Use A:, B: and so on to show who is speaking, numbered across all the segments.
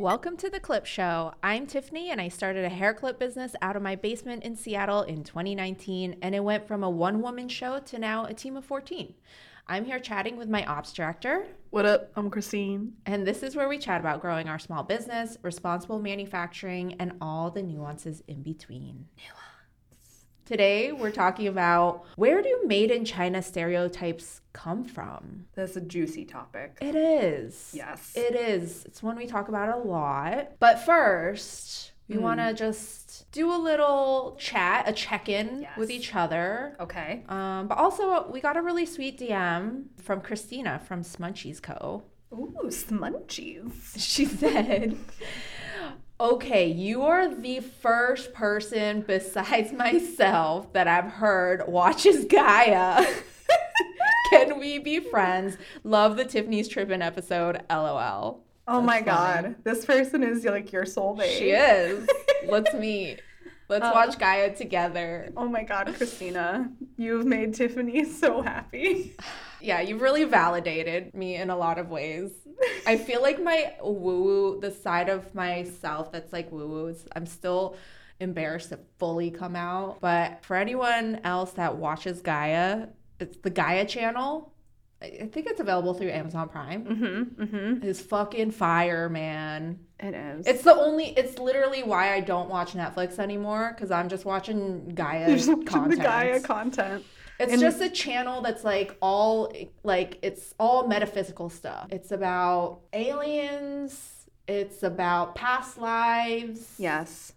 A: Welcome to the Clip Show. I'm Tiffany, and I started a hair clip business out of my basement in Seattle in 2019, and it went from a one woman show to now a team of 14. I'm here chatting with my ops director,
B: What up? I'm Christine.
A: and this is where we chat about growing our small business, responsible manufacturing, and all the nuances in between. Today, we're talking about where do made in China stereotypes come from?
B: That's a juicy topic.
A: It is.
B: Yes.
A: It is. It's one we talk about a lot. But first, we
B: Mm.
A: want to just do a little chat, a check in
B: Yes.
A: with each other.
B: Okay.
A: Um, but also, we got a really sweet DM from Christina from Smunchies Co.
B: Ooh, smunchies.
A: She said, Okay, you are the first person besides myself that I've heard watches Gaia. Can we be friends? Love the Tiffany's Trippin' episode, lol.
B: Oh my
A: That's
B: god. This person is like your soulmate.
A: She is. Um, Let's meet. Let's watch Gaia together.
B: Oh my god, Christina. You've made Tiffany so happy.
A: Yeah, you've really validated me in a lot of ways. I feel like my woo woo, the side of myself that's like woo woo, I'm still embarrassed to fully come out. But for anyone else that watches Gaia, it's the Gaia channel. I I think it's available through Amazon Prime.
B: Mm-hmm. Mm-hmm.
A: Is fucking fire, man.
B: It is.
A: It's the only. It's literally why I don't watch Netflix anymore because I'm just watching Gaia
B: You're just watching
A: content.
B: the Gaia content.
A: It's
B: And-
A: just a channel that's like all like it's all metaphysical stuff. It's about aliens. It's about past lives.
B: Yes.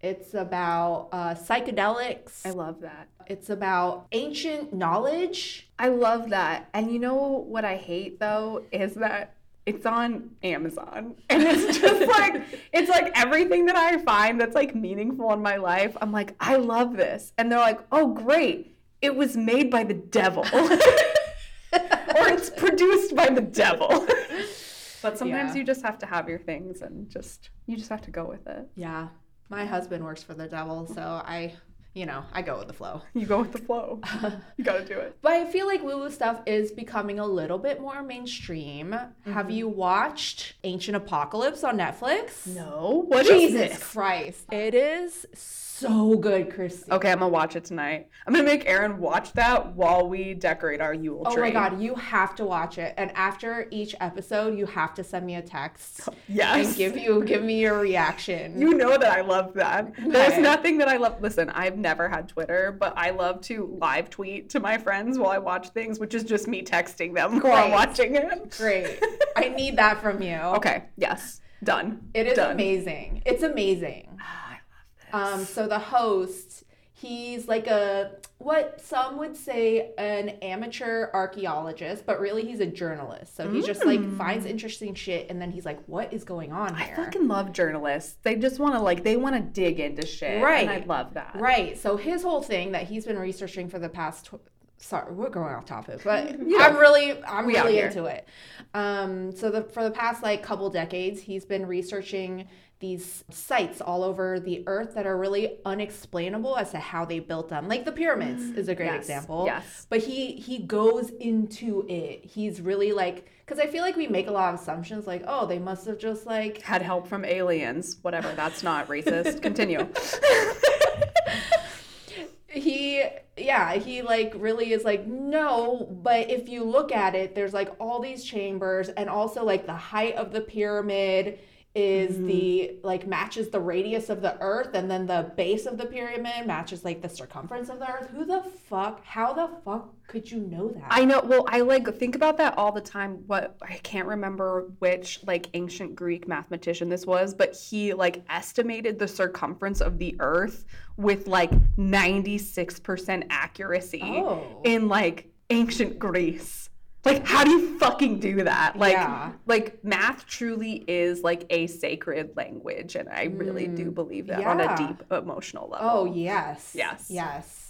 A: It's about uh, psychedelics.
B: I love that.
A: It's about ancient knowledge.
B: I love that. And you know what I hate though is that it's on Amazon. And it's just like it's like everything that I find that's like meaningful in my life. I'm like, I love this. And they're like, "Oh, great. It was made by the devil." or it's produced by the devil. But sometimes
A: Yeah.
B: you just have to have your things and just you just have to go with it.
A: Yeah, my husband works for the devil, so I, you know, I go with the flow.
B: You go with the flow. you got to do it.
A: But I feel like woo woo stuff is becoming a little bit more mainstream. Have you watched Ancient Apocalypse on Netflix?
B: No. What is
A: Jesus
B: this?
A: Christ. Oh It is so good, Christy.
B: Okay, I'm gonna watch it tonight. I'm gonna make Aaron watch that while we decorate our Yule
A: Oh
B: tree.
A: my god, you have to watch it. And after each episode, you have to send me a text
B: Yes.
A: and give you give me your reaction.
B: you know that I love that. There's
A: Okay.
B: nothing that I love. Listen, I've never had Twitter, but I love to live tweet to my friends while I watch things, which is just me texting them while I'm
A: Great.
B: watching it.
A: Great. I need that from you.
B: Okay. Yes. Done.
A: It is
B: Done.
A: amazing. It's amazing.
B: Ah, I love
A: Um, so the host, he's like a what some would say an amateur archaeologist, but really he's a journalist. So he just like finds interesting shit, and then he's like, "What is going on
B: this.
A: here?"
B: Hmm. I fucking love journalists. They just want to like they want to dig into shit.
A: Right.
B: And I love that.
A: Right. So his whole thing that he's been researching for the past. Tw- Sorry, we're going off topic, but
B: Yeah.
A: I'm really, I'm
B: We out
A: really
B: here.
A: into it. Um, so the for the past like couple decades, he's been researching these sites all over the earth that are really unexplainable as to how they built them. Like the pyramids is a great
B: Mm, Yes.
A: example.
B: Yes.
A: But he he goes into it. He's really like because I feel like we make a lot of assumptions like oh they must have just like
B: Had help from aliens. Whatever. That's not racist. Continue.
A: he yeah he like really is like no but if you look at it there's like all these chambers and also like the height of the pyramid is the like matches the radius of the earth and then the base of the pyramid matches like the circumference of the earth who the fuck how the fuck could you know that
B: I know. Well, I like think about that all the time. What I can't remember which like ancient Greek mathematician this was, but he like estimated the circumference of the earth with like 96% accuracy
A: Oh.
B: in like ancient Greece. Like how do you fucking do that? Like
A: Yeah.
B: like math truly is like a sacred language and I really do believe that on
A: Mm. Yeah.
B: a deep emotional level.
A: Oh, yes.
B: Yes.
A: Yes.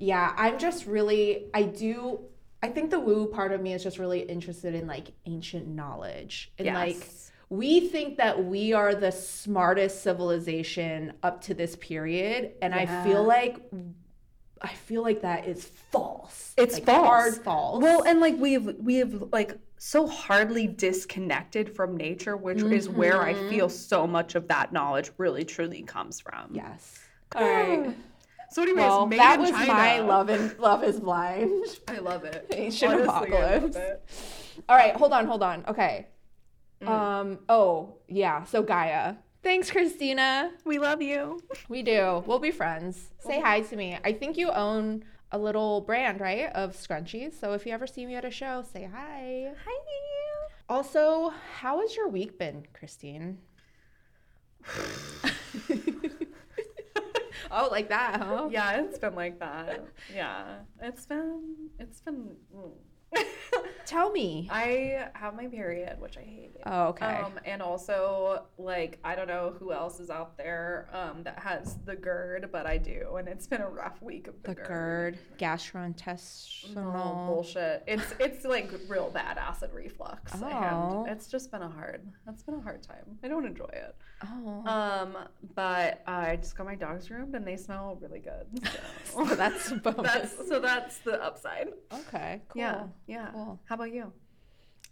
A: Yeah, I'm just really I do I think the woo part of me is just really interested in like ancient knowledge. And like
B: Yes.
A: we think that we are the smartest civilization up to this period and I feel like I feel like that is false.
B: It's
A: Like,
B: false.
A: Hard false.
B: Well, and like we've we've like so hardly disconnected from nature, which is where I feel so much of that knowledge really truly comes from.
A: Yes. All right.
B: So, anyways,
A: Well,
B: made
A: that
B: in
A: was
B: China.
A: my love and love is blind.
B: I love it.
A: Asian
B: Honestly, I love
A: apocalypse.
B: it.
A: All right, hold on, hold on. Okay. Um. Oh yeah. So Gaia. Thanks, Christina.
B: We love you.
A: We do. We'll be friends. Say hi to me. I think you own a little brand, right, of scrunchies. So if you ever see me at a show, say hi.
B: Hi.
A: Also, how has your week been, Christine? oh, like that, huh?
B: Yeah, it's been like that. Yeah, it's been it's been. mm.
A: Tell me.
B: I have my period, which I hate.
A: Oh, okay.
B: Um, and also, like, I don't know who else is out there um, that has the GERD, but I do, and it's been a rough week of the,
A: the GERD, gastrointestinal.
B: Mm-hmm. No bullshit. It's it's like real bad acid reflux,
A: Oh.
B: and it's just been a hard. That's been a hard time. I don't enjoy it.
A: Oh.
B: Um, but I just got my dogs groomed, and they smell really good. So.
A: So that's a bonus.
B: that's so that's the upside.
A: okay. Cool.
B: Um, Yeah, yeah.
A: Cool. Mm-hmm.
B: How about you?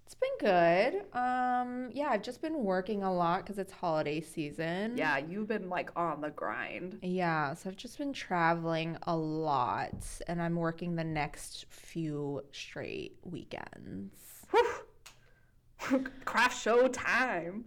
A: It's been good. Um, yeah, I've just been working a lot because it's holiday season.
B: Yeah, you've been like on the grind.
A: Yeah, so I've just been traveling a lot and I'm working the next few straight weekends.
B: Craft show time.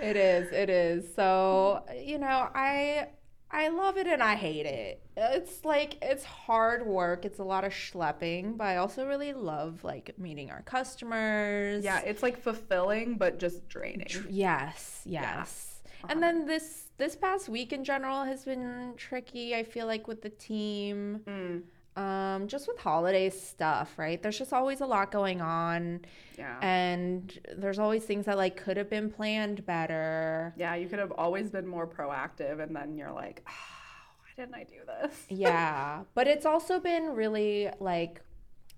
A: It is, it is. So, you know, I I love it and I hate it. It's like it's hard work. It's a lot of schlepping, but I also really love like meeting our customers.
B: Yeah, it's like fulfilling but just draining.
A: Yes, yes. And then this this past week in general has been tricky. I feel like with the team,
B: Mm,
A: um, just with holiday stuff, right? There's just always a lot going on,
B: yeah.
A: and there's always things that like could have been planned better.
B: yeah, you could have always been more proactive and then you're like, oh, why didn't I do this?
A: Yeah, but it's also been really like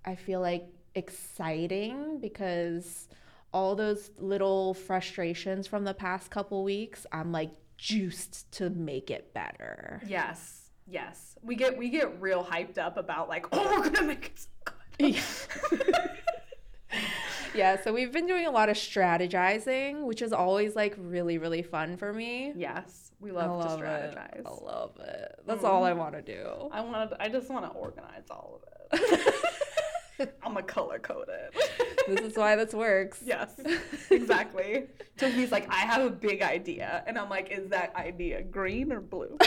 A: I feel like exciting because all those little frustrations from the past couple weeks, I'm like juiced to make it better.
B: Yes. Yes. We get we get real hyped up about like, oh, we're going to make it so good.
A: Yeah. yeah, so we've been doing a lot of strategizing, which is always like really, really fun for me.
B: Yes. We love,
A: I love
B: to
A: it. Oh.
B: strategize.
A: I love it. Mm. That's all I want to do.
B: I want to I just want to organize all of it. I'm a color coded.
A: this is why this works.
B: Yes, exactly. so he's like, I have a big idea. And I'm like, is that idea green or blue?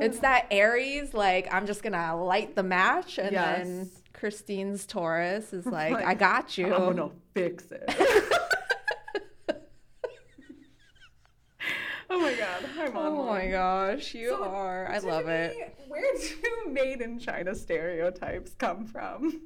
A: It's that Aries, like, I'm just going to light the match. And
B: Yes.
A: then Christine's Taurus is like,
B: Like, oh,
A: I got you.
B: I'm gonna fix it. oh my god, I'm on
A: Oh my
B: one.
A: gosh, you
B: So,
A: are. I love it.
B: Tiffany, Where do made in China stereotypes come from?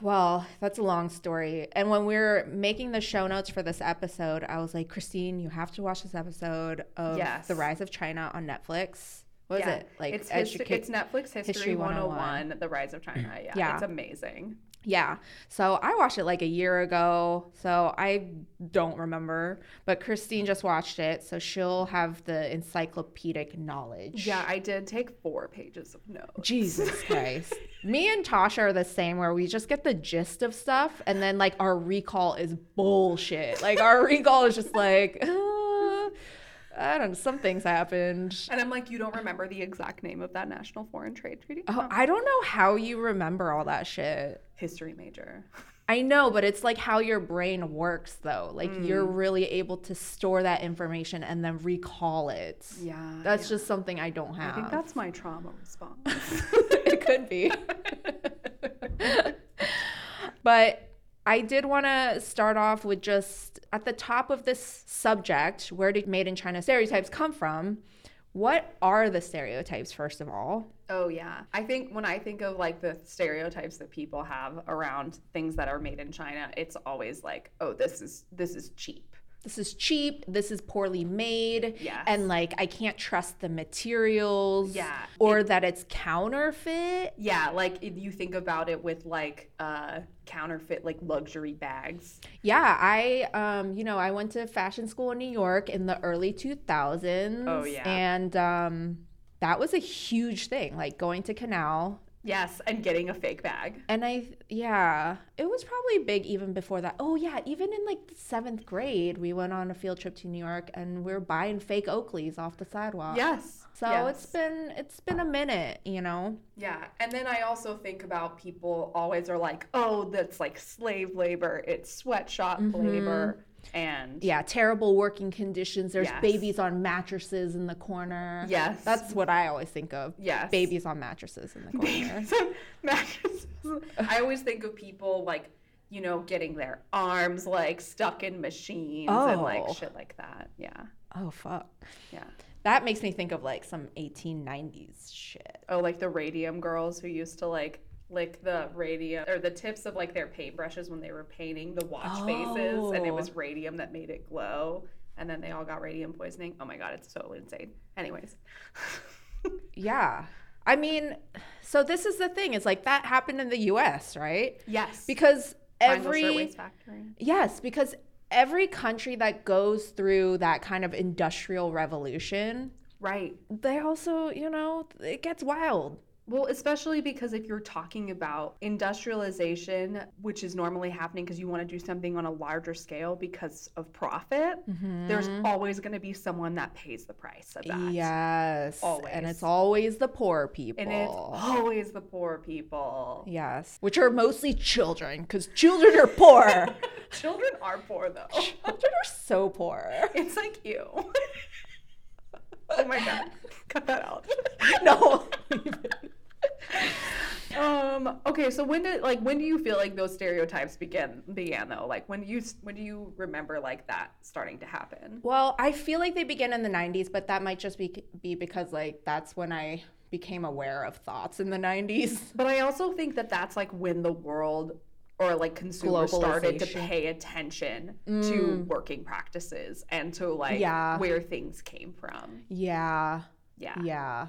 A: Well, that's a long story. And when we were making the show notes for this episode, I was like, Christine, you have to watch this episode of
B: Yes.
A: The Rise of China on Netflix. What is
B: Yeah,
A: it? Like
B: it's, histo-
A: educate-
B: it's Netflix History,
A: History
B: 101,
A: 101.
B: The Rise of China. Yeah,
A: Yeah.
B: it's amazing.
A: Yeah. So I watched it like a year ago. So I don't remember. But Christine just watched it. So she'll have the encyclopedic knowledge.
B: Yeah, I did take four pages of notes.
A: Jesus Christ. Me and Tasha are the same where we just get the gist of stuff and then like our recall is bullshit. Like our recall is just like, uh, I don't know, something's happened.
B: And I'm like, you don't remember the exact name of that National Foreign Trade Treaty?
A: Oh, I don't know how you remember all that shit.
B: History major.
A: I know, but it's like how your brain works though. Like you're
B: Mm.
A: really able to store that information and then recall it.
B: Yeah.
A: That's just something I don't have.
B: I think that's my trauma response.
A: it could be. but I did want to start off with just at the top of this subject where did made in China stereotypes come from? What are the stereotypes, first of all?
B: oh yeah. I think when I think of like the stereotypes that people have around things that are made in China, it's always like, oh, this is this is cheap.
A: This is cheap, this is poorly made,
B: Yes.
A: and like I can't trust the materials,
B: Yeah.
A: or that it's counterfeit.
B: Yeah, like if you think about it with like uh counterfeit like luxury bags.
A: Yeah, I um, you know, I went to fashion school in New York in the early 2000s.
B: Oh, yeah.
A: And um that was a huge thing, like going to Canal
B: Yes, and getting a fake bag.
A: And I, th- yeah, it was probably big even before that. Oh, yeah, even in like the seventh grade, we went on a field trip to New York and we are buying fake Oakleys off the sidewalk.
B: Yes.
A: So
B: yes.
A: it's been it's been a minute, you know.
B: Yeah. And then I also think about people always are like, oh, that's like slave labor, it's sweatshop labor. And
A: Mm-hmm. Yeah, terrible working conditions. There's
B: Yes.
A: babies on mattresses in the corner.
B: Yes.
A: That's what I always think of.
B: yes.
A: Babies on mattresses in the corner.
B: Some mattresses. I always think of people like, you know, getting their arms like stuck in machines and like
A: Oh.
B: shit like that. Yeah.
A: oh fuck.
B: Yeah.
A: That makes me think of like some 1890s shit.
B: Oh, like the radium girls who used to like lick the radium or the tips of like their paintbrushes when they were painting the watch faces and it
A: Oh.
B: was radium that made it glow. And then they all got radium poisoning. Oh my god, it's so insane. Anyways.
A: Yeah. I mean, so this is the thing. It's like that happened in the US, right?
B: yes.
A: Because
B: Triangle
A: every
B: Shirtwaist Factory.
A: Yes, because every country that goes through that kind of industrial revolution,
B: Right.
A: they also, you know, it gets wild.
B: Well, especially because if you're talking about industrialization, which is normally happening because you want to do something on a larger scale because of profit, there's always going to be someone that pays the price of that.
A: Yes. And
B: Always.
A: it's always the poor people.
B: And it's always the poor people.
A: yes. Which are mostly children, because children are poor.
B: Children are poor though.
A: children are so poor.
B: It's like you. oh my god. Cut that out.
A: no.
B: Um okay, so when did like when do you feel like those stereotypes began began though? Like when do you when do you remember like that starting to happen?
A: well, I feel like they begin in the 90s, but that might just be, be because, like, that's when I became aware of thoughts in the 90s.
B: But I also think that that's like when the world or like consumers started to
A: Globalization. Mm.
B: pay attention to working practices and to like
A: Yeah.
B: where things came from.
A: Yeah.
B: Yeah.
A: Ah. Yeah.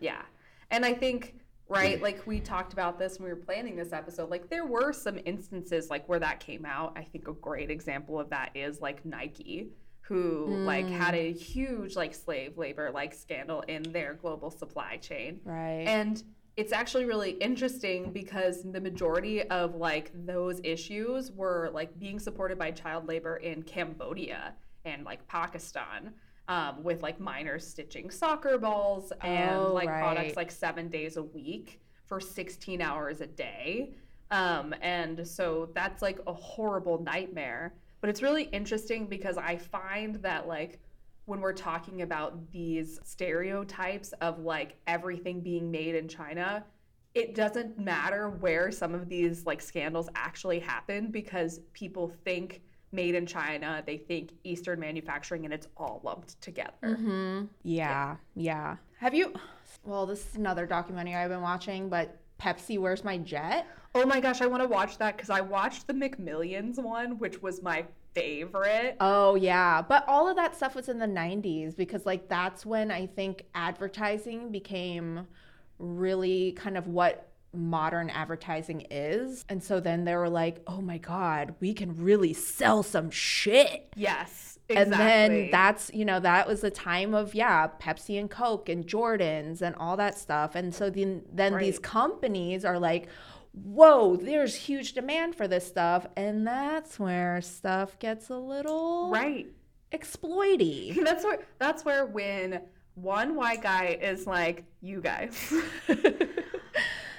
B: Yeah. And I
A: Mm.
B: think, right, like we talked about this when we were planning this episode, like there were some instances like where that came out. I think a great example of that is like Nike, who like had
A: Mm.
B: a huge like slave labor like scandal in their global supply chain.
A: Right.
B: And it's actually really interesting because the majority of like those issues were like being supported by child labor in Cambodia and like Pakistan. Um, with like minors stitching soccer balls and
A: Oh,
B: like products
A: right.
B: like seven days a week for 16 hours a day. Um, and so that's like a horrible nightmare. But it's really interesting because I find that like when we're talking about these stereotypes of like everything being made in China, it doesn't matter where some of these like scandals actually happen because people think made in China, they think Eastern manufacturing, and it's all lumped together.
A: Mm-hmm. Yeah, yeah. Have you? Well, this is another documentary I've been watching, but Pepsi, Where's My Jet?
B: Oh my gosh, I want to watch that because I watched the McMillions one, which was my favorite.
A: Oh, yeah. But all of that stuff was in the 90s because, like, that's when I think advertising became really kind of what modern advertising is. And so then they were like, oh my God, we can really sell some shit.
B: Yes, exactly.
A: And then that's, you know, that was the time of, yeah, Pepsi and Coke and Jordans and all that stuff. And so then, then these
B: Right.
A: companies are like, whoa, there's huge demand for this stuff. And that's where stuff gets a little
B: right.
A: exploity.
B: That's where that's where when one white guy is like, "You guys,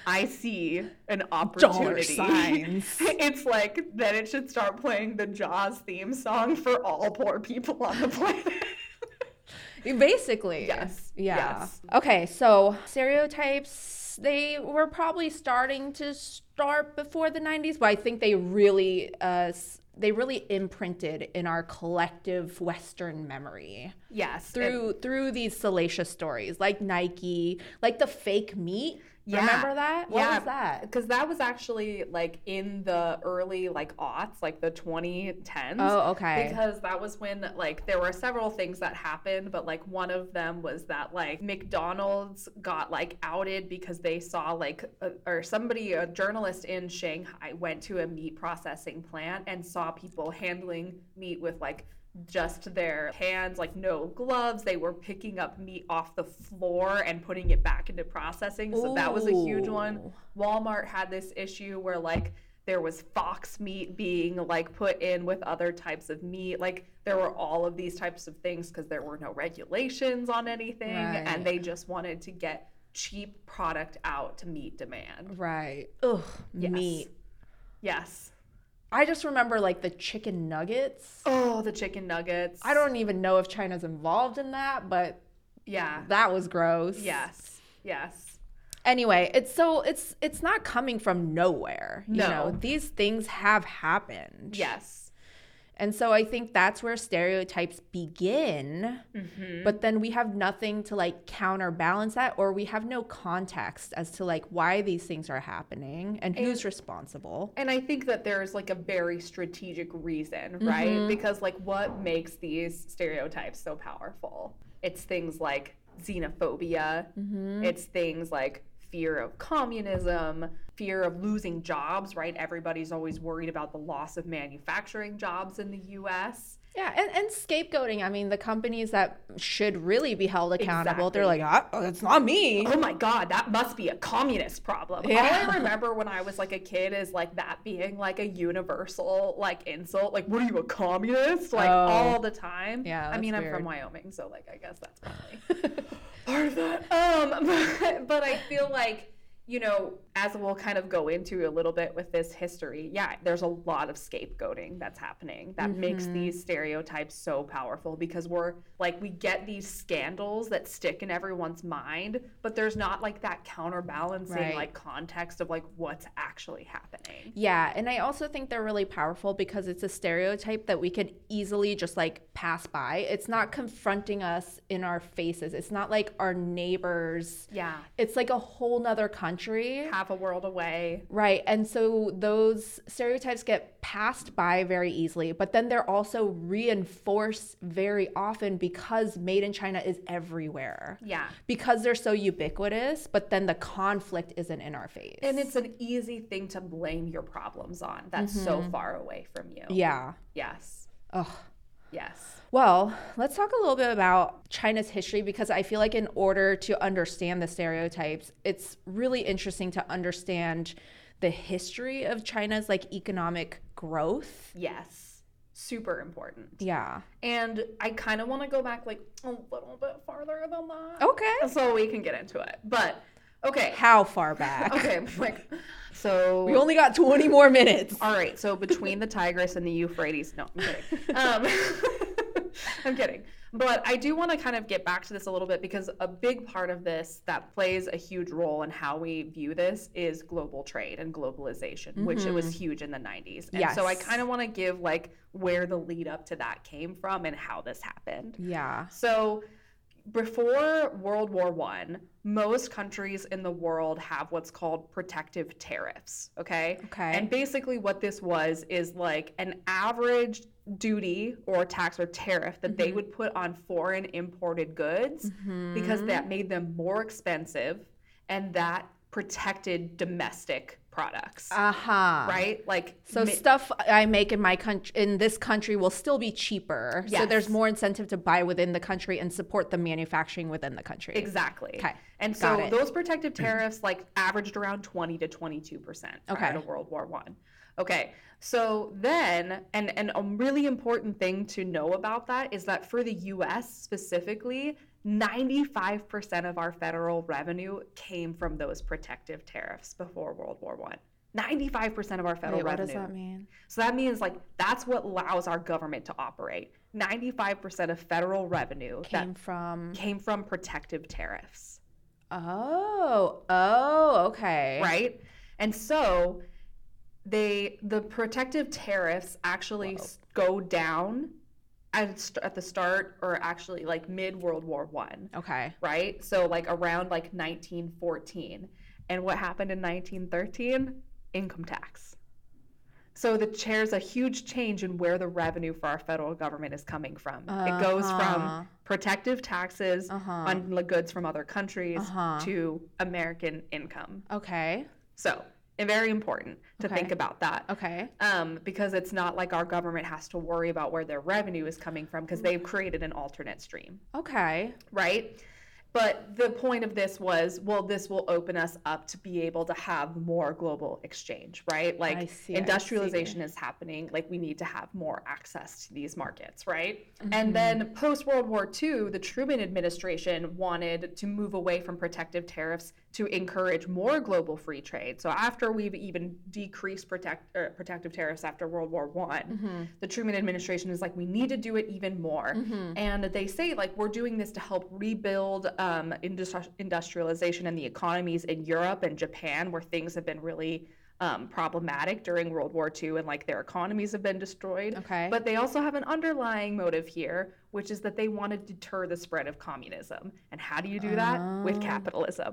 B: I see an opportunity." it's like then it should start playing the Jaws theme song for all poor people on the planet.
A: Basically.
B: Yes,
A: Yeah.
B: yes.
A: Okay, so stereotypes, they were probably starting to start before the 90s, but I think they really uh s- they really imprinted in our collective western memory
B: yes, and-
A: through through these salacious stories like Nike, like the fake meat.
B: Yeah.
A: Remember that? What
B: Yeah.
A: was that?
B: because that was actually like in the early like aughts, like the 2010s.
A: Oh, okay.
B: Because that was when like there were several things that happened, but like one of them was that like McDonald's got like outed because they saw like a, or somebody a journalist in Shanghai went to a meat processing plant and saw people handling meat with like just their hands, like no gloves. They were picking up meat off the floor and putting it back into processing. So that was a huge one.
A: Ooh.
B: Walmart had this issue where like there was fox meat being like put in with other types of meat. Like there were all of these types of things because there were no regulations on anything
A: Right.
B: and they just wanted to get cheap product out to meet demand.
A: Right. Ugh,
B: Yes.
A: meat.
B: Yes.
A: I just remember like the chicken nuggets.
B: Oh, the chicken nuggets.
A: I don't even know if China's involved in that, but
B: Yeah.
A: that was gross.
B: Yes. Yes.
A: Anyway, it's so it's it's not coming from nowhere. You
B: No.
A: know, these things have happened.
B: Yes.
A: And so I think that's where stereotypes begin, but then we have nothing to like counterbalance that, or we have no context as to like why these things are happening and who's responsible.
B: And I think that there's like a very strategic reason, right? Because like what makes these stereotypes so powerful? It's things like xenophobia, it's things like fear of communism, fear of losing jobs, right? Everybody's always worried about the loss of manufacturing jobs in the US.
A: Yeah, and, and scapegoating. I mean, the companies that should really be held accountable, they're
B: Exactly.
A: like, ah, oh, it's not me.
B: oh my god that must be a communist problem
A: Yeah.
B: all i remember when i was like a kid is like that being like a universal like insult like what are you a communist like
A: Oh.
B: all the time
A: Yeah,
B: i
A: that's
B: mean i'm
A: weird.
B: from wyoming so like i guess that's probably part of that um but, but i feel like you know as we'll kind of go into a little bit with this history yeah there's a lot of scapegoating that's happening that makes these stereotypes so powerful because we're like we get these scandals that stick in everyone's mind but there's not like that counterbalancing
A: Right.
B: like context of like what's actually happening
A: Yeah, and I also think they're really powerful because it's a stereotype that we could easily just like pass by. It's not confronting us in our faces, it's not like our neighbors.
B: yeah
A: It's like a whole nother country.
B: half a world away
A: Right. And so those stereotypes get passed by very easily, but then they're also reinforced very often because made in China is everywhere.
B: yeah
A: Because they're so ubiquitous, but then the conflict isn't in our face.
B: and it's an easy thing to blame your problems on that's so far away from you
A: yeah.
B: yes
A: Ugh.
B: yes
A: Well, let's talk a little bit about China's history because I feel like in order to understand the stereotypes, it's really interesting to understand the history of China's like economic growth.
B: Yes. Super important.
A: Yeah.
B: And I kind of want to go back like a little bit farther than that.
A: Okay.
B: So we can get into it. But okay.
A: How far back?
B: Okay. Like, so.
A: We only got 20 more minutes.
B: all right. So between the Tigris and the Euphrates. No, I'm kidding. Um, I'm kidding. But I do want to kind of get back to this a little bit because a big part of this that plays a huge role in how we view this is global trade and globalization, which it was huge in the 90s. And so I
A: Yes.
B: kind of want to give like where the lead up to that came from and how this happened.
A: Yeah.
B: So before World War One, most countries in the world have what's called protective tariffs. Okay.
A: Okay.
B: And basically what this was is like an average duty or tax or tariff that they would put on foreign imported goods because that made them more expensive and that protected domestic products.
A: Uh-huh.
B: right? Like
A: So
B: mi-
A: stuff I make in my country in this country will still be cheaper. So
B: Yes.
A: there's more incentive to buy within the country and support the manufacturing within the country.
B: Exactly.
A: Okay.
B: And
A: Got
B: so
A: it.
B: those protective tariffs like averaged around 20 to 22 percent prior
A: Okay.
B: to World War One. Okay. So then, and and a really important thing to know about that is that for the U.S. specifically. 95% of our federal revenue came from those protective tariffs before World War One. 95% of our federal
A: Wait, what
B: revenue.
A: does that mean?
B: So that means like that's what allows our government to operate. 95% of federal revenue that
A: Came from
B: came from protective tariffs,
A: Oh, oh, okay.
B: right? And so they the protective tariffs actually s go down at, st- at the start or actually like mid World War 1,
A: Okay.
B: right? So like around like 1914. And what happened in 1913? Income tax. So the there's a huge change in where the revenue for our federal government is coming from. It goes
A: Uh-huh.
B: from protective taxes
A: Uh-huh.
B: on the goods from other countries
A: Uh-huh.
B: to American income.
A: Okay.
B: So very important to
A: Okay.
B: think about that.
A: Okay.
B: Um, because it's not like our government has to worry about where their revenue is coming from because they've created an alternate stream,
A: Okay.
B: right? But the point of this was, well, this will open us up to be able to have more global exchange, right?
A: I
B: Like
A: see, I see.
B: industrialization is happening. Like we need to have more access to these markets, right? And then post World War II, the Truman administration wanted to move away from protective tariffs to encourage more global free trade. So after we've even decreased protect er, protective tariffs after World War One, the Truman administration is like, we need to do it even more. And they say like we're doing this to help rebuild um, industri- industrialization and the economies in Europe and Japan where things have been really um, problematic during World War II and like their economies have been destroyed.
A: Okay.
B: But they also have an underlying motive here, which is that they want to deter the spread of communism. And how do you do that? With capitalism.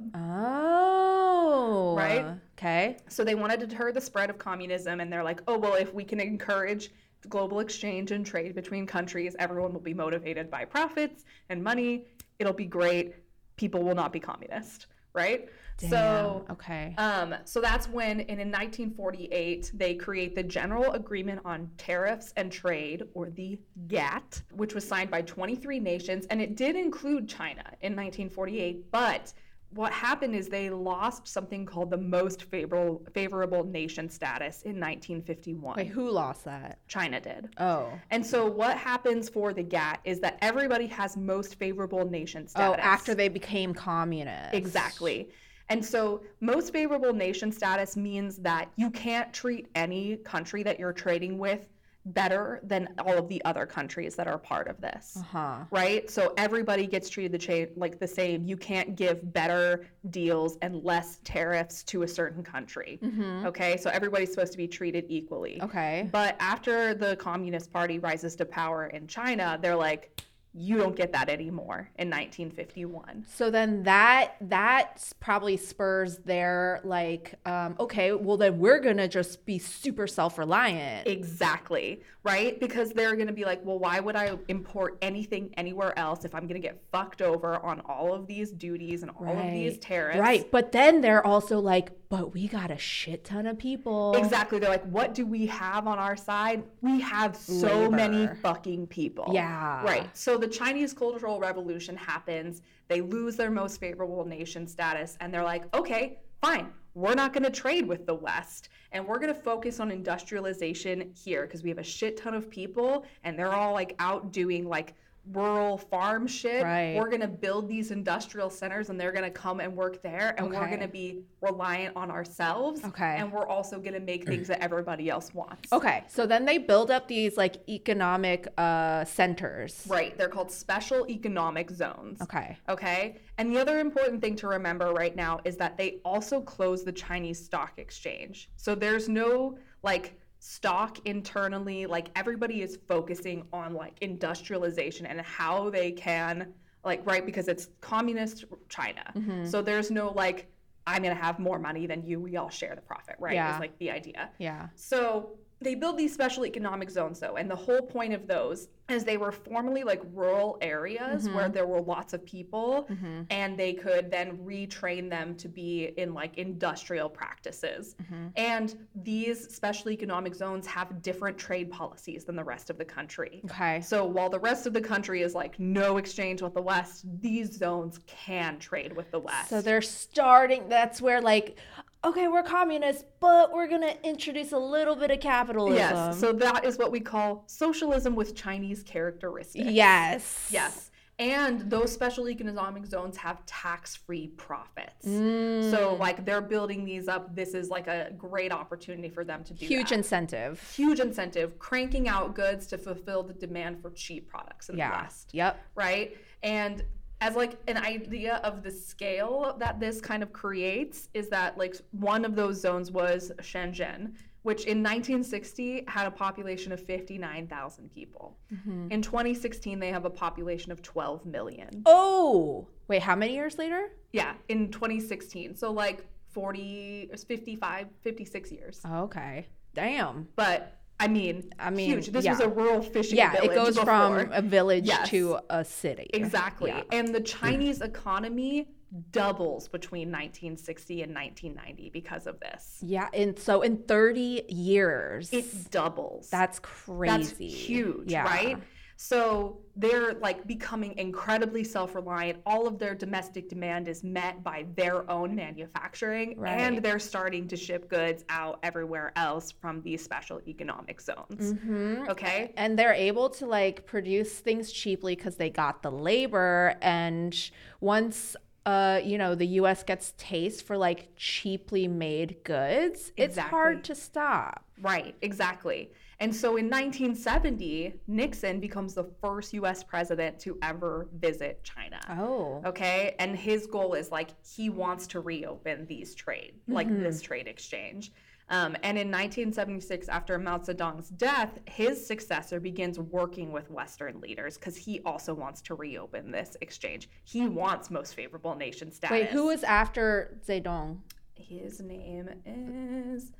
A: Oh.
B: Right?
A: Okay.
B: So they want to deter the spread of communism. And they're like, oh, well, if we can encourage global exchange and trade between countries, everyone will be motivated by profits and money. It'll be great. People will not be communist. Right? So
A: Damn, okay.
B: Um, so that's when, and in 1948, they create the General Agreement on Tariffs and Trade, or the GATT, which was signed by 23 nations, and it did include China in 1948. But what happened is they lost something called the Most Favorable Favorable Nation status in 1951.
A: Wait, who lost that?
B: China did.
A: Oh.
B: And so what happens for the GATT is that everybody has Most Favorable Nation
A: Oh,
B: status.
A: after they became communist.
B: Exactly. And so, most favorable nation status means that you can't treat any country that you're trading with better than all of the other countries that are part of this.
A: Huh.
B: Right? So everybody gets treated the cha- like the same. You can't give better deals and less tariffs to a certain country. Okay? So everybody's supposed to be treated equally.
A: Okay.
B: Mm-hmm. But after the Communist Party rises to power in China, they're like you don't get that anymore in 1951.
A: So then that that s- probably spurs their like um, okay, well then we're gonna just be super self reliant.
B: Exactly, right? Because they're going to be like, well, why would I import anything anywhere else if I'm going to get fucked over on all of these duties and all of these
A: Right.
B: tariffs?
A: Right. But then they're also like, but we got a shit ton of people.
B: Exactly. They're like, what do we have on our side? We have so many
A: Labor.
B: fucking people.
A: Yeah.
B: Right. So the Chinese Cultural Revolution happens. They lose their most favorable nation status, and they're like, okay, fine. We're not going to trade with the West, and we're going to focus on industrialization here because we have a shit ton of people, and they're all like out doing like rural farm shit.
A: Right.
B: We're going to build these industrial centers, and they're going to come and work there, and we're
A: Okay.
B: going to be reliant on ourselves.
A: Okay.
B: And we're also going to make things that everybody else wants.
A: Okay. So then they build up these like economic uh, centers.
B: Right. They're called special economic zones.
A: Okay.
B: Okay. And the other important thing to remember right now is that they also close the Chinese stock exchange. So there's no like stock internally, like everybody is focusing on like industrialization and how they can like right because it's communist China.
A: Mm-hmm.
B: So there's no like I'm going to have more money than you. We all share the profit, right?
A: Yeah.
B: Is like the idea.
A: Yeah.
B: So they build these special economic zones though, and the whole point of those is they were formerly like rural areas where there were lots of people and they could then retrain them to be in like industrial practices. And these special economic zones have different trade policies than the rest of the country.
A: Okay.
B: So while the rest of the country is like no exchange with the West, these zones can trade with the West.
A: So they're starting. That's where like, okay, we're communists, but we're gonna introduce a little bit of capitalism.
B: Yes, so that is what we call socialism with Chinese characteristics.
A: yes.
B: Yes. And those special economic zones have tax free profits. So,
A: Mm.
B: like, they're building these up. This is like a great opportunity for them to do
A: Huge
B: that.
A: incentive.
B: huge incentive, cranking out goods to fulfill the demand for cheap products in the
A: Yeah.
B: West
A: Yep.
B: right? And as like an idea of the scale that this kind of creates is that like one of those zones was Shenzhen, which in 1960 had a population of 59,000 people.
A: Mm-hmm.
B: In 2016 they have a population of 12 million.
A: Oh. Wait, how many years later?
B: Yeah, in 2016. So like 40 it's 55 56 years.
A: Okay. Damn.
B: But I mean,
A: I mean,
B: huge. This was
A: yeah.
B: a rural fishing
A: Yeah, it
B: village
A: goes from
B: before.
A: a village
B: Yes.
A: to a city.
B: Exactly.
A: Yeah. Mm-hmm.
B: And the Chinese economy doubles between 1960 and 1990 because of this.
A: Yeah, and so in 30 years,
B: It doubles.
A: that's crazy.
B: That's huge,
A: Yeah.
B: right? So they're like becoming incredibly self-reliant. All of their domestic demand is met by their own manufacturing, and
A: Right.
B: they're starting to ship goods out everywhere else from these special economic zones.
A: hmm
B: Okay.
A: and they're able to like produce things cheaply because they got the labor and once uh, you know the us gets taste for like cheaply made goods it's
B: Exactly.
A: hard to stop
B: Right, exactly. And so in 1970, Nixon becomes the first US president to ever visit China.
A: oh
B: Okay. And his goal is like he wants to reopen these trade, like
A: Mm-hmm.
B: this trade exchange. Um, and in 1976, after Mao Zedong's death, his successor begins working with Western leaders because he also wants to reopen this exchange. He wants most favorable nation status.
A: wait who was after zedong
B: His name is.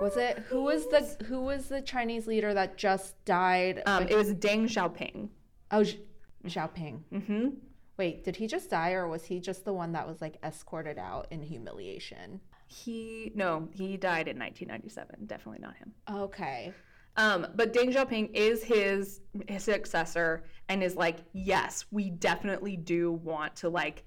A: was it who was the who was the chinese leader that just died
B: Um, it was Deng Xiaoping.
A: oh Xi- xiaoping
B: hmm
A: wait did he just die or was he just the one that was like escorted out in humiliation
B: He no, he died in 1997. Definitely not him.
A: okay
B: Um, but Deng Xiaoping is his his successor and is like, yes, we definitely do want to like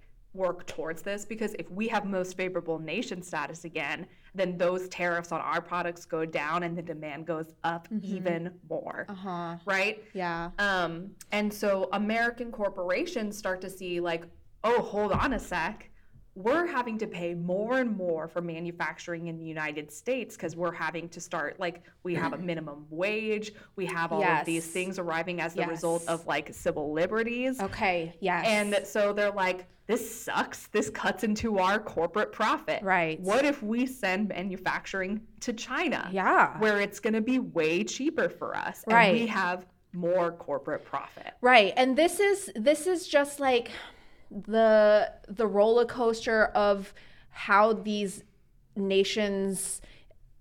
B: work towards this because if we have most favorable nation status again, then those tariffs on our products go down and the demand goes up even more,
A: uh-huh
B: right?
A: yeah
B: Um, and so American corporations start to see, like, oh, hold on a sec. We're having to pay more and more for manufacturing in the United States because we're having to start, like, we have a minimum wage. We have all of these
A: Yes.
B: things arriving as the result
A: Yes.
B: of, like, civil liberties.
A: okay yes
B: And so they're like, this sucks. This cuts into our corporate profit.
A: Right.
B: What if we send manufacturing to China?
A: Yeah.
B: Where it's going to be way cheaper for us. And we
A: Right.
B: have more corporate profit.
A: Right. And this is this is just like the the roller coaster of how these nations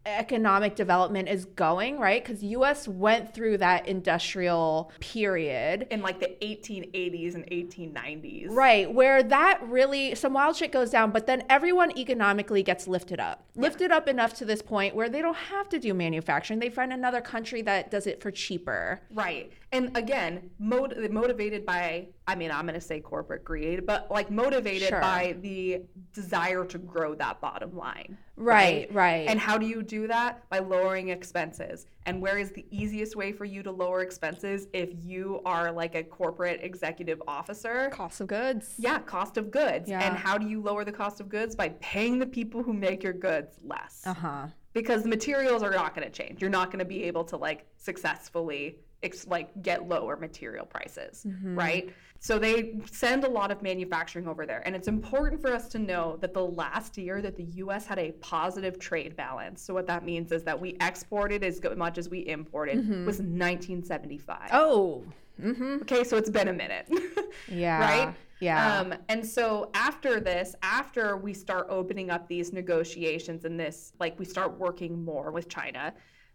A: economic development is going, right? Cuz US went through that industrial period.
B: In like the 1880s and 1890s.
A: Right, where that really some wild shit goes down, but then everyone economically gets lifted up. Lifted up enough to this point where they don't have to do manufacturing. They find another country that does it for cheaper.
B: Right. And again, mot- motivated by, I mean, I'm going to say corporate greed, but like motivated
A: Sure.
B: by the desire to grow that bottom line.
A: Right, right.
B: And how do you do that? By lowering expenses. And where is the easiest way for you to lower expenses if you are like a corporate executive officer?
A: cost of goods.
B: Yeah, cost of goods.
A: Yeah.
B: And how do you lower the cost of goods? By paying the people who make your goods less.
A: Uh-huh.
B: because the materials are not going to change. You're not going to be able to like successfully ex- like get lower material prices,
A: Mm-hmm.
B: right? So they send a lot of manufacturing over there. And it's important for us to know that the last year that the US had a positive trade balance. So what that means is that we exported as go- much as we imported was 1975.
A: Mm-hmm. Oh. Mm-hmm.
B: Okay, so it's been a minute.
A: Yeah.
B: right?
A: Yeah.
B: Um, and so after this, after we start opening up these negotiations and this, like we start working more with China,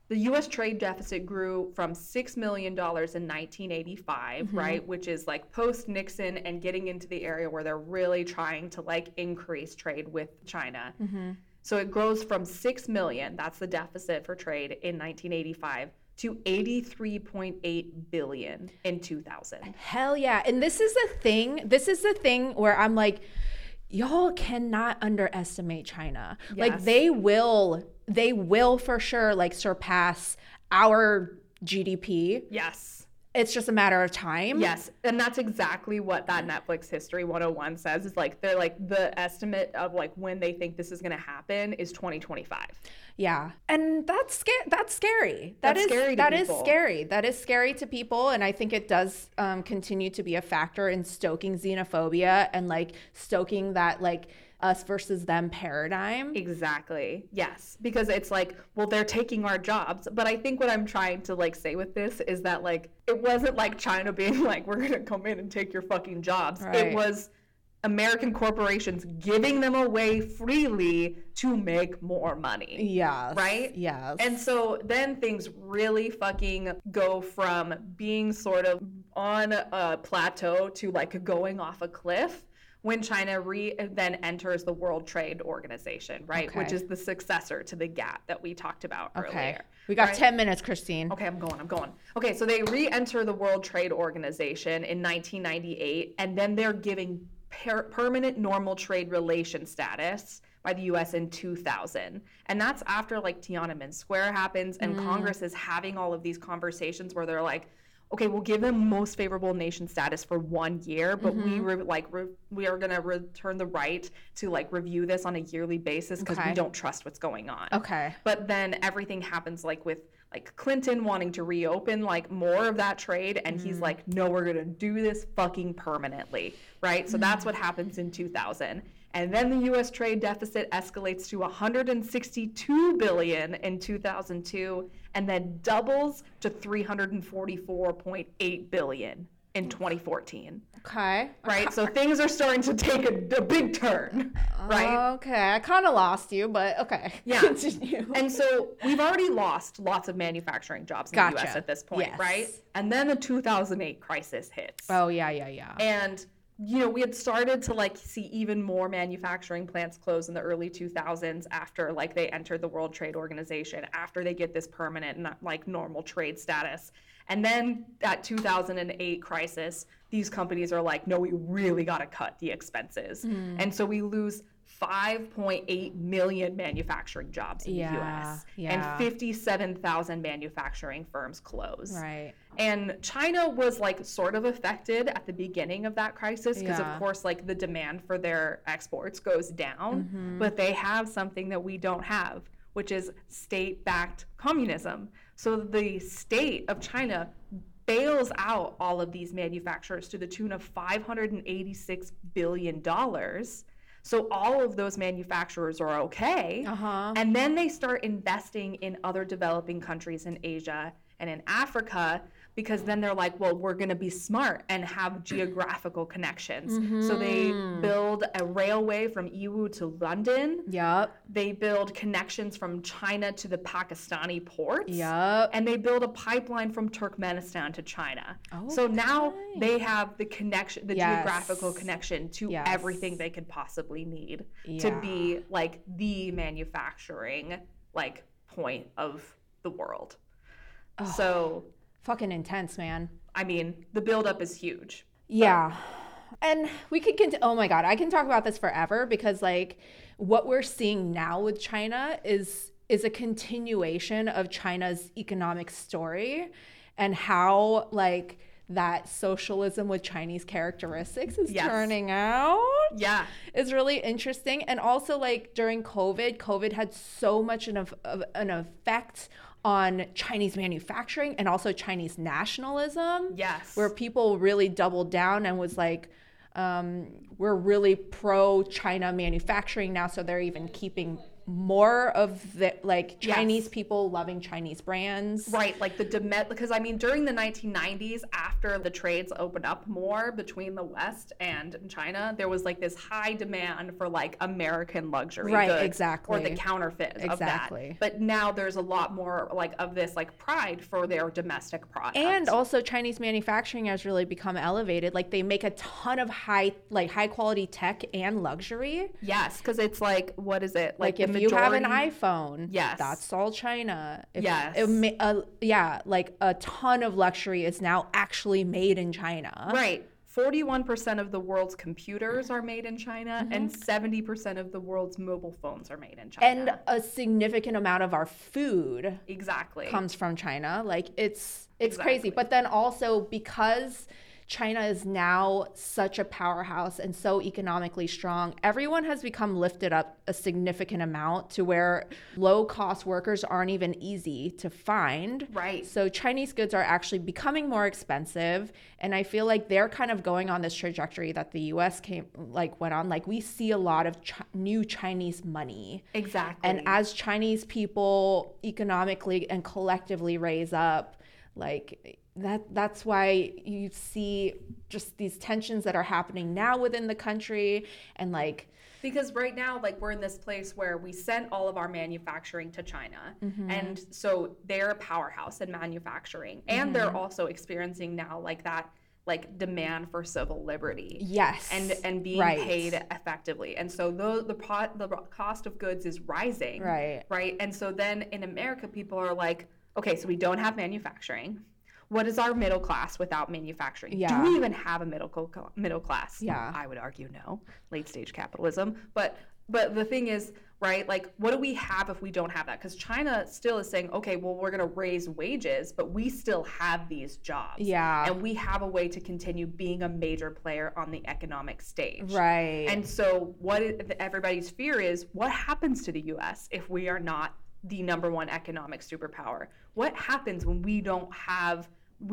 B: the U.S. trade deficit grew from six million dollars in 1985,
A: Mm-hmm.
B: right, which is like post Nixon and getting into the area where they're really trying to like increase trade with China.
A: Mm-hmm.
B: So it grows from 6 million, that's the deficit for trade in 1985, to 83.8 billion in 2000.
A: Hell yeah. And this is the thing. This is the thing where I'm like, y'all cannot underestimate China. Like
B: Yes.
A: they will, they will for sure like surpass our GDP.
B: Yes.
A: It's just a matter of time.
B: Yes, and that's exactly what that Netflix History 101 says. It's like they're like the estimate of like when they think this is going to happen is 2025.
A: Yeah. And that's scary. That's scary. That
B: That's
A: is-
B: scary to
A: that is
B: people.
A: scary. That is scary to people. And I think it does um, continue to be a factor in stoking xenophobia and like stoking that like us versus them
B: E-,
A: paradigm.
B: Exactly. Yes, because it's like, well, they're taking our jobs, but I think what I'm trying to like say with this is that like it wasn't like China being like we're going to come in and take your fucking jobs.
A: Right.
B: It was American corporations giving them away freely to make more money.
A: Yes.
B: Right?
A: Yes.
B: And so then things really fucking go from being sort of on a plateau to like going off a cliff when China re- then enters the World Trade Organization, right? Which
A: Okay.
B: is the successor to the GATT that we talked about
A: Okay.
B: earlier.
A: We got
B: Right. Oh.
A: 10 minutes, Christine.
B: Okay, I'm going. I'm going. Okay, so they re-enter the World Trade Organization in 1998, and then they're giving per- permanent normal trade relation status by the U.S. in 2000, and that's after like Tiananmen Square happens, and Congress is having all of these conversations where they're like. Okay, we'll give them most favorable nation status for one year, but we re- like re- we are gonna return the right to like review this on a yearly basis because
A: Okay.
B: we don't trust what's going on
A: Okay.
B: but then everything happens like with like Clinton wanting to reopen like more of that trade and he's like no we're going to do this fucking permanently right so that's what happens in 2000 and then the US trade deficit escalates to 162 billion in 2002 and then doubles to 344.8 billion in 2014
A: Okay.
B: right so things are starting to take a, a big turn right
A: Okay. I kind of lost you, but okay.
B: Yeah.
A: Continue.
B: And so we've already lost lots of manufacturing jobs in the US
A: Gotcha.
B: at this point,
A: Yes.
B: right? And then the 2008 crisis hits.
A: oh, yeah, yeah, yeah.
B: And you know, we had started to like see even more manufacturing plants close in the early 2000s after like they entered the World Trade Organization, after they get this permanent not like normal trade status. And then that 2008 crisis, these companies are like, no, we really got to cut the expenses.
A: Hmm.
B: And so we lose 5.8 million manufacturing jobs in the
A: Yeah,
B: US
A: yeah.
B: and 57,000 manufacturing firms close.
A: right.
B: And China was like sort of affected at the beginning of that crisis because,
A: Yeah.
B: of course, like the demand for their exports goes down, but they have something that we don't have, which is state backed communism. So the state of China bails out all of these manufacturers to the tune of $586 billion. So all of those manufacturers are okay.
A: Uh huh.
B: And then they start investing in other developing countries in Asia and in Africa because then they're like, well, we're going to be smart and have geographical connections. So they build a railway from Iwu to London.
A: Yup.
B: They build connections from China to the Pakistani ports.
A: Yup.
B: And they build a pipeline from Turkmenistan to China. So now
A: Okay.
B: they have the connection, the
A: Yes.
B: geographical connection to
A: Yes.
B: everything they could possibly need to be like the manufacturing like point of the world. So,
A: fucking intense, man.
B: I mean, the buildup is huge.
A: Yeah. And we could continue. Oh my God, I can talk about this forever because, like, what we're seeing now with China is is a continuation of China's economic story and how, like, that socialism with Chinese characteristics is
B: Yes.
A: turning out
B: Yeah.
A: is really interesting. And also, like during COVID, COVID had so much an, of, of an effect on Chinese manufacturing and also Chinese nationalism.
B: Yes.
A: Where people really doubled down and was like, um, we're really pro China manufacturing now. So they're even keeping more of the like
B: Yes.
A: Chinese people loving Chinese brands.
B: Right, like the Demet, because I mean, during the 1990s, after the trades opened up more between the West and China, there was like this high demand for like American luxury
A: Right,
B: goods, or
A: exactly.
B: the counterfeit of that.
A: Exactly.
B: But now there's a lot more like of this like pride for their domestic product.
A: and also chinese manufacturing has really become elevated like they make a ton of high like high quality tech and luxury
B: yes, because it's like what is it
A: like,
B: the
A: if you have an
B: majority-
A: iphone
B: Yes.
A: that's all china if,
B: Yes.
A: it ma- uh, yeah like a ton of luxury is now actually made in china
B: Right. 41% of the world's computers are made in China,
A: Mm-hmm.
B: and 70% of the world's mobile phones are made in China.
A: and a significant amount of our food
B: exactly.
A: comes from China. Like it's it's crazy.
B: Exactly.
A: But then also because China is now such a powerhouse and so economically strong, everyone has become lifted up a significant amount to where low cost workers aren't even easy to find.
B: Right.
A: So Chinese goods are actually becoming more expensive and I feel like they're kind of going on this trajectory that the US came like went on like we see a lot of chi- new Chinese money.
B: Exactly.
A: And as Chinese people economically and collectively raise up, like that that's why you see just these tensions that are happening now within the country and like
B: because right now like we're in this place where we sent all of our manufacturing to china
A: Mm-hmm.
B: and
A: Mm-hmm.
B: so they're a powerhouse in manufacturing and they're also experiencing now like that like demand for civil liberty
A: Yes.
B: and and being
A: Right.
B: paid effectively. And so those the pro- the cost of goods is rising.
A: right.
B: right? And so then in America, people are like, okay, so we don't have manufacturing. What is our middle class without manufacturing?
A: Yeah.
B: Do we even have a middle cl- middle class?
A: Yeah.
B: I would argue no. Late stage capitalism, but but the thing is, right? Like, what do we have if we don't have that? Because China still is saying, okay, well, we're gonna raise wages, but we still have these jobs.
A: Yeah.
B: And we have a way to continue being a major player on the economic stage.
A: right.
B: And so, what i- th- everybody's fear is what happens to the US if we are not the number one economic superpower? What happens when we don't have,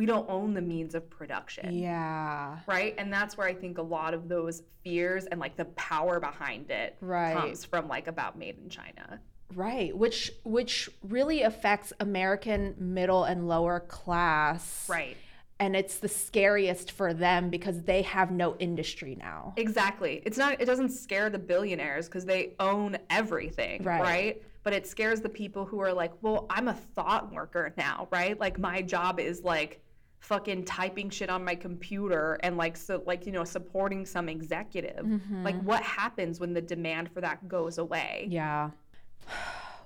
B: we don't own the means of production?
A: yeah.
B: Right? And that's where I think a lot of those fears and like the power behind it
A: Right.
B: comes from, like about made in China.
A: Right, which which really affects American middle and lower class.
B: Right.
A: And it's the scariest for them because they have no industry now.
B: Exactly. It's not it doesn't scare the billionaires because they own everything,
A: Right.
B: right. But it scares the people who are like, "Well, I'm a thought worker now, right? Like my job is like fucking typing shit on my computer and like so like you know supporting some executive.
A: Mm-hmm.
B: Like what happens when the demand for that goes away?
A: Yeah.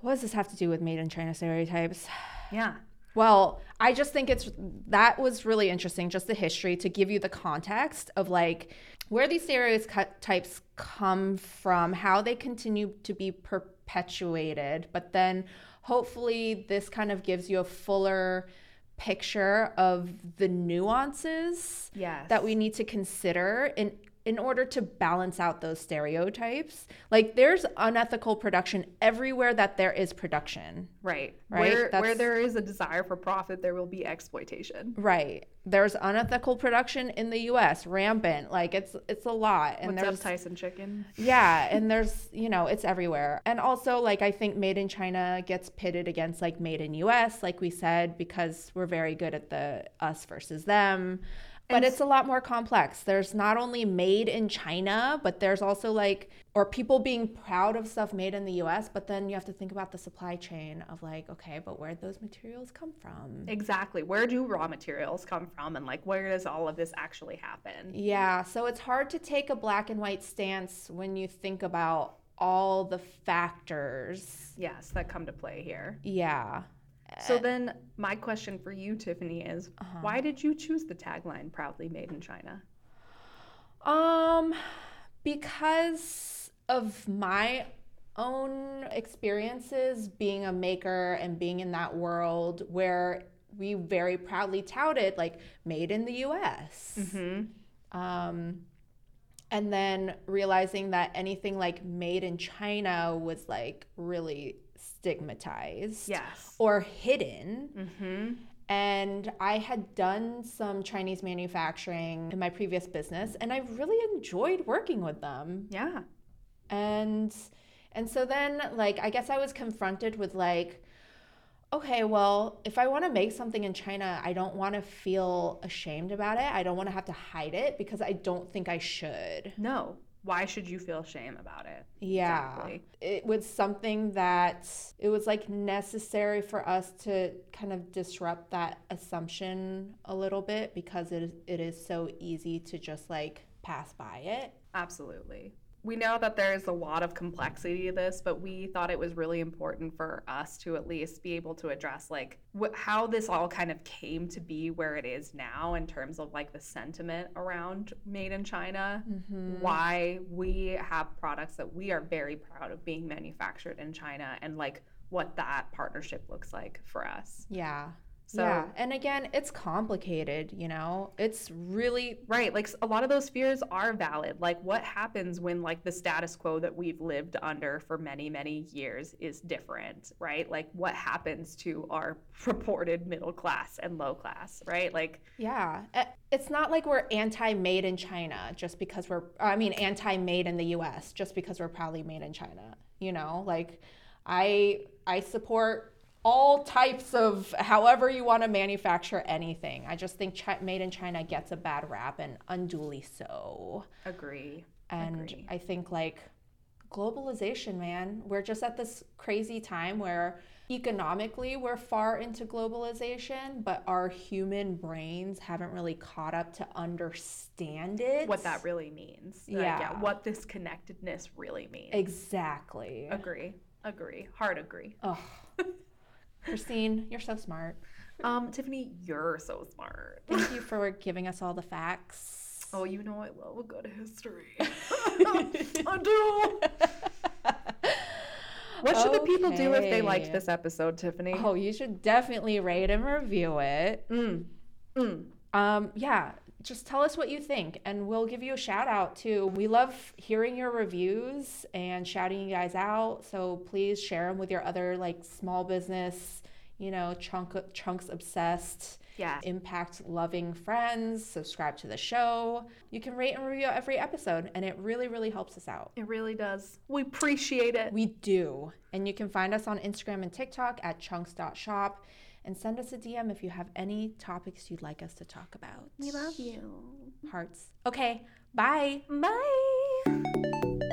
A: What does this have to do with made in China stereotypes?
B: Yeah.
A: Well, I just think it's that was really interesting, just the history to give you the context of like where these stereotypes come from, how they continue to be perpetuated, but then hopefully this kind of gives you a fuller picture of the nuances
B: Yes.
A: that we need to consider in in order to balance out those stereotypes. Like there's unethical production everywhere that there is production.
B: right.
A: Right,
B: Where where
A: that's-
B: there is a desire for profit, there will be exploitation.
A: Right. There's unethical production in the US, rampant. Like it's it's a lot. And
B: What's up,
A: there's
B: Tyson chicken?
A: yeah, and there's, you know, it's everywhere. And also like I think made in China gets pitted against like made in US, like we said, because we're very good at the us versus them. But it's a lot more complex. There's not only made in China, but there's also like or people being proud of stuff made in the US, but then you have to think about the supply chain of like, okay, but where'd those materials come from?
B: Exactly. Where do raw materials come from and like where does all of this actually happen?
A: Yeah, so it's hard to take a black and white stance when you think about all the factors.
B: Yes, that come to play here.
A: Yeah.
B: So then my question for you Tiffany is why did you choose the tagline proudly made in China?
A: Um because of my own experiences being a maker and being in that world where we very proudly touted like made in the US.
B: Mhm.
A: Um and then realizing that anything like made in China was like really stigmatized.
B: Yes.
A: or hidden.
B: Mhm.
A: And I had done some Chinese manufacturing in my previous business, and I really enjoyed working with them.
B: Yeah.
A: And and so then like I guess I was confronted with like okay, well, if I want to make something in China, I don't want to feel ashamed about it. I don't want to have to hide it because I don't think I should.
B: No. Why should you feel shame about it?
A: Yeah.
B: Exactly.
A: It was something that it was like necessary for us to kind of disrupt that assumption a little bit because it is, it is so easy to just like pass by it.
B: Absolutely. We know that there is a lot of complexity to this, but we thought it was really important for us to at least be able to address like wh- how this all kind of came to be where it is now in terms of like the sentiment around made in China, Mm-hmm. why we have products that we are very proud of being manufactured in China and like what that partnership looks like for us.
A: Yeah.
B: So
A: yeah. And again, it's complicated, you know? It's really
B: Right. Like s- a lot of those fears are valid. Like what happens when like the status quo that we've lived under for many, many years is different, right? Like what happens to our purported middle class and low class, right? Like
A: Yeah. Uh, It's not like we're anti made in China just because we're, I mean, anti made in the US just because we're probably made in China. You know, like I, I support all types of however you want to manufacture anything. I just think chi- made in China gets a bad rap and unduly so.
B: agree.
A: And
B: Agree.
A: I think like globalization, man, we're just at this crazy time where Economically, we're far into globalization, but our human brains haven't really caught up to understand it.
B: what that really means. Like,
A: Yeah.
B: What this connectedness really means.
A: Exactly.
B: Agree. Agree. Hard agree.
A: Ugh. Christine, you're so smart.
B: Um, Tiffany, you're so smart.
A: Thank you for giving us all the facts.
B: Oh, you know I love a good history. I do. What should the people do if they liked
A: Okay.
B: this episode, Tiffany?
A: Oh, you should definitely rate and review it.
B: Mm. Mm.
A: Um, yeah, just tell us what you think, and we'll give you a shout out too. We love hearing your reviews and shouting you guys out. So please share them with your other like small business, you know, chunk chunks obsessed.
B: Yeah.
A: Impact loving friends, subscribe to the show. You can rate and review every episode, and it really, really helps us out.
B: It really does. We appreciate it.
A: We do. And you can find us on Instagram and TikTok at chunks.shop and send us a DM if you have any topics you'd like us to talk about.
B: love you.
A: Hearts. Okay, bye.
B: Bye.